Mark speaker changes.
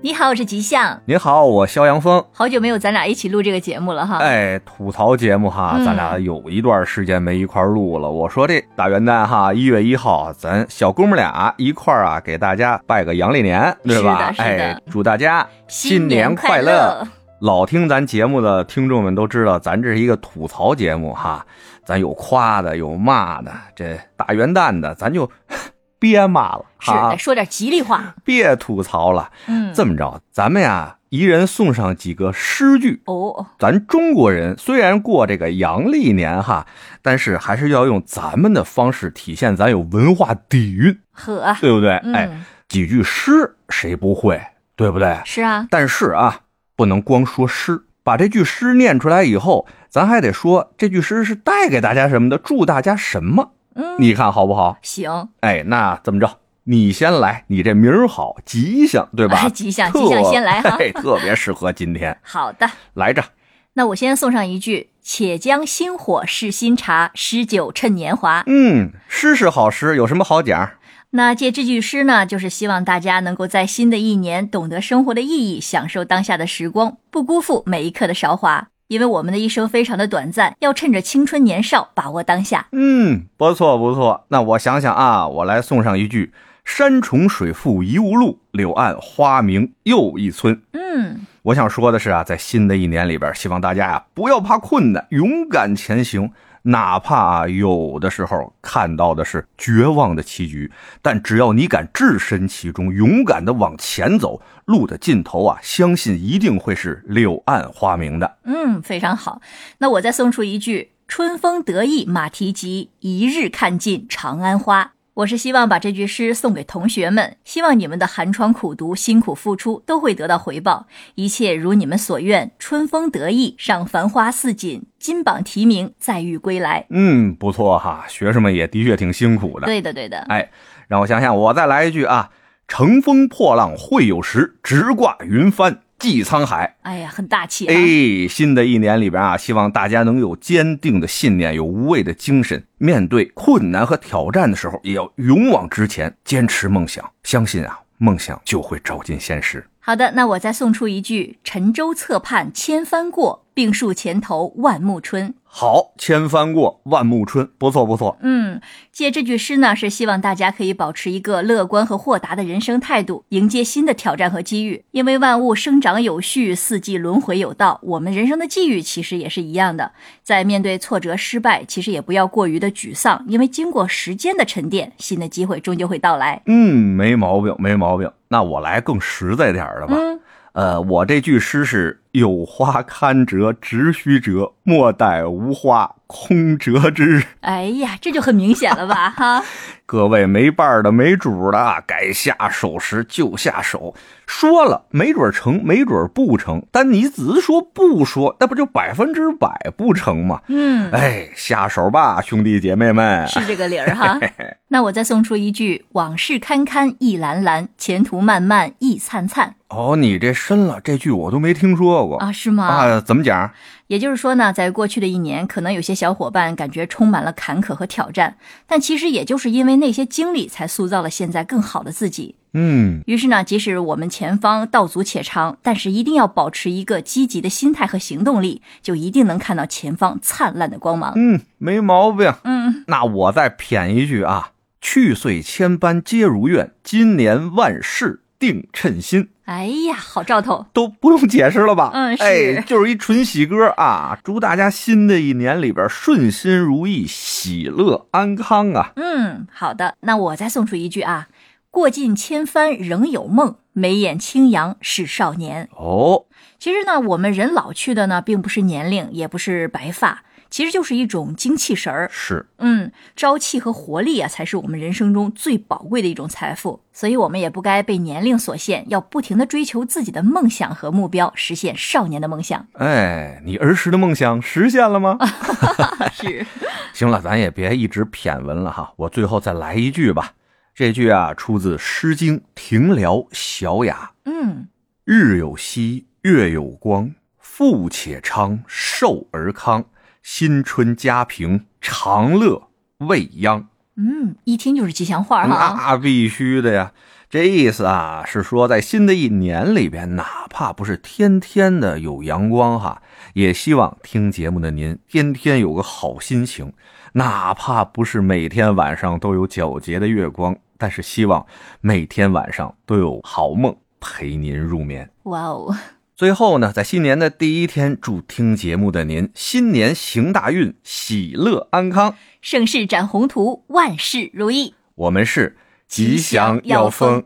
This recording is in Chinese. Speaker 1: 你好，我是吉祥，
Speaker 2: 您好，我肖阳峰。
Speaker 1: 好久没有咱俩一起录这个节目了哈。
Speaker 2: 哎，吐槽节目哈，
Speaker 1: 嗯
Speaker 2: 咱俩有一段时间没一块儿录了。我说这大元旦哈，一月一号，咱小哥们俩一块儿啊，给大家拜个阳历年，对吧？
Speaker 1: 是的是的
Speaker 2: 哎，祝大家
Speaker 1: 新
Speaker 2: 年
Speaker 1: 快
Speaker 2: 乐！！老听咱节目的听众们都知道，咱这是一个吐槽节目哈，咱有夸的，有骂的。这大元旦的，咱就 别骂了
Speaker 1: 是，
Speaker 2: 哈
Speaker 1: 得，说点吉利 话。
Speaker 2: 别吐槽了。
Speaker 1: 嗯，
Speaker 2: 这么着，咱们呀，一人送上几个诗句。
Speaker 1: 哦，
Speaker 2: 咱中国人虽然过这个阳历年哈，但是还是要用咱们的方式体现咱有文化底蕴，
Speaker 1: 呵，
Speaker 2: 对不对？
Speaker 1: 嗯
Speaker 2: 哎，几句诗谁不会，对不对？
Speaker 1: 是啊，
Speaker 2: 但是啊，不能光说诗，把这句诗念出来以后，咱还得说这句诗是带给大家什么的，祝大家什么，
Speaker 1: 嗯，
Speaker 2: 你看好不好？
Speaker 1: 行，
Speaker 2: 哎，那这么着？你先来，你这名儿好，吉祥，对吧？
Speaker 1: 哎吉祥
Speaker 2: 特
Speaker 1: 吉祥先来哈
Speaker 2: 嘿，特别适合今天，
Speaker 1: 好的。
Speaker 2: 来着。
Speaker 1: 那我先送上一句：“且将新火试新茶，诗酒趁年华。
Speaker 2: 嗯，诗是好诗，有什么好讲？”
Speaker 1: 那借这句诗呢，就是希望大家能够在新的一年懂得生活的意义，享受当下的时光，不辜负每一刻的韶华。因为我们的一生非常的短暂，要趁着青春年少把握当下。
Speaker 2: 嗯，不错不错。那我想想啊，我来送上一句：“山重水复疑无路，柳暗花明又一村。
Speaker 1: 嗯，”
Speaker 2: 我想说的是啊，在新的一年里边，希望大家呀、不要怕困难，勇敢前行。哪怕啊有的时候看到的是绝望的棋局，但只要你敢置身其中，勇敢的往前走，路的尽头啊，相信一定会是柳暗花明的。
Speaker 1: 嗯，非常好。那我再送出一句：“春风得意马蹄疾，一日看尽长安花。”我是希望把这句诗送给同学们，希望你们的寒窗苦读、辛苦付出都会得到回报，一切如你们所愿，春风得意，上繁花似锦，金榜题名，再遇归来。
Speaker 2: 嗯，不错哈，学生们也的确挺辛苦的。
Speaker 1: 对的，对的。
Speaker 2: 哎，让我想想，我再来一句啊：“乘风破浪会有时，直挂云帆济沧海。
Speaker 1: 哎呀，很大”气、啊。
Speaker 2: 哎，新的一年里边啊，希望大家能有坚定的信念，有无畏的精神，面对困难和挑战的时候，也要勇往直前，坚持梦想。相信啊，梦想就会照进现实。
Speaker 1: 好的，那我再送出一句：“沉舟侧畔千帆过，病树前头万木春。”
Speaker 2: 好，千帆过，万木春，不错不错。
Speaker 1: 嗯，借这句诗呢，是希望大家可以保持一个乐观和豁达的人生态度，迎接新的挑战和机遇。因为万物生长有序，四季轮回有道，我们人生的际遇其实也是一样的。在面对挫折、失败，其实也不要过于的沮丧，因为经过时间的沉淀，新的机会终究会到来。
Speaker 2: 嗯，没毛病，没毛病。那我来更实在点儿的吧。
Speaker 1: 嗯，
Speaker 2: 呃，我这句诗是“有花堪折直须折，莫待无花空折枝
Speaker 1: 哎呀，这就很明显了吧，哈。”。
Speaker 2: 各位没伴儿的、没主儿的啊，该下手时就下手。说了，没准儿成，没准儿不成。但你只是说不说，那不就百分之百不成吗？
Speaker 1: 嗯，
Speaker 2: 哎，下手吧，兄弟姐妹们。
Speaker 1: 是这个理儿哈。那我再送出一句：“往事堪堪意阑阑，前途漫漫意灿灿。
Speaker 2: 哦，你这深了，这句我都没听说”过
Speaker 1: 啊，是吗？
Speaker 2: 啊怎么讲？
Speaker 1: 也就是说呢，在过去的一年，可能有些小伙伴感觉充满了坎坷和挑战，但其实也就是因为那些经历，才塑造了现在更好的自己。
Speaker 2: 嗯，
Speaker 1: 于是呢，即使我们前方道阻且长，但是一定要保持一个积极的心态和行动力，就一定能看到前方灿烂的光芒。
Speaker 2: 嗯，没毛病。
Speaker 1: 嗯，
Speaker 2: 那我再谝一句啊：去岁千般皆如愿，今年万事定称心。
Speaker 1: 哎呀，好兆头！
Speaker 2: 都不用解释了吧？
Speaker 1: 嗯是
Speaker 2: 哎，就是一纯喜歌啊！祝大家新的一年里边顺心如意、喜乐安康啊！
Speaker 1: 嗯，好的，那我再送出一句啊：过尽千帆仍有梦，眉眼清扬是少年。
Speaker 2: 哦，
Speaker 1: 其实呢，我们人老去的呢，并不是年龄，也不是白发，其实就是一种精气神儿。
Speaker 2: 是，
Speaker 1: 嗯，朝气和活力啊，才是我们人生中最宝贵的一种财富。所以，我们也不该被年龄所限，要不停的追求自己的梦想和目标，实现少年的梦想。
Speaker 2: 哎，你儿时的梦想实现了
Speaker 1: 啊
Speaker 2: 吗？
Speaker 1: 是，
Speaker 2: 行了，咱也别一直谝文了哈，我最后再来一句吧。这句啊，出自《诗经·停辽·小雅》。
Speaker 1: 嗯，
Speaker 2: 日有夕，月有光，富且昌，寿而康，新春佳平，长乐未央。
Speaker 1: 嗯，一听就是吉祥话
Speaker 2: 那、
Speaker 1: 哈、
Speaker 2: 必须的呀！这意思啊，是说在新的一年里边，哪怕不是天天的有阳光哈，也希望听节目的您天天有个好心情。哪怕不是每天晚上都有皎洁的月光，但是希望每天晚上都有好梦陪您入眠。
Speaker 1: 哇哦，
Speaker 2: 最后呢，在新年的第一天，祝听节目的您新年行大运，喜乐安康。
Speaker 1: 盛世展宏图，万事如意。
Speaker 2: 我们是
Speaker 1: 吉祥要丰。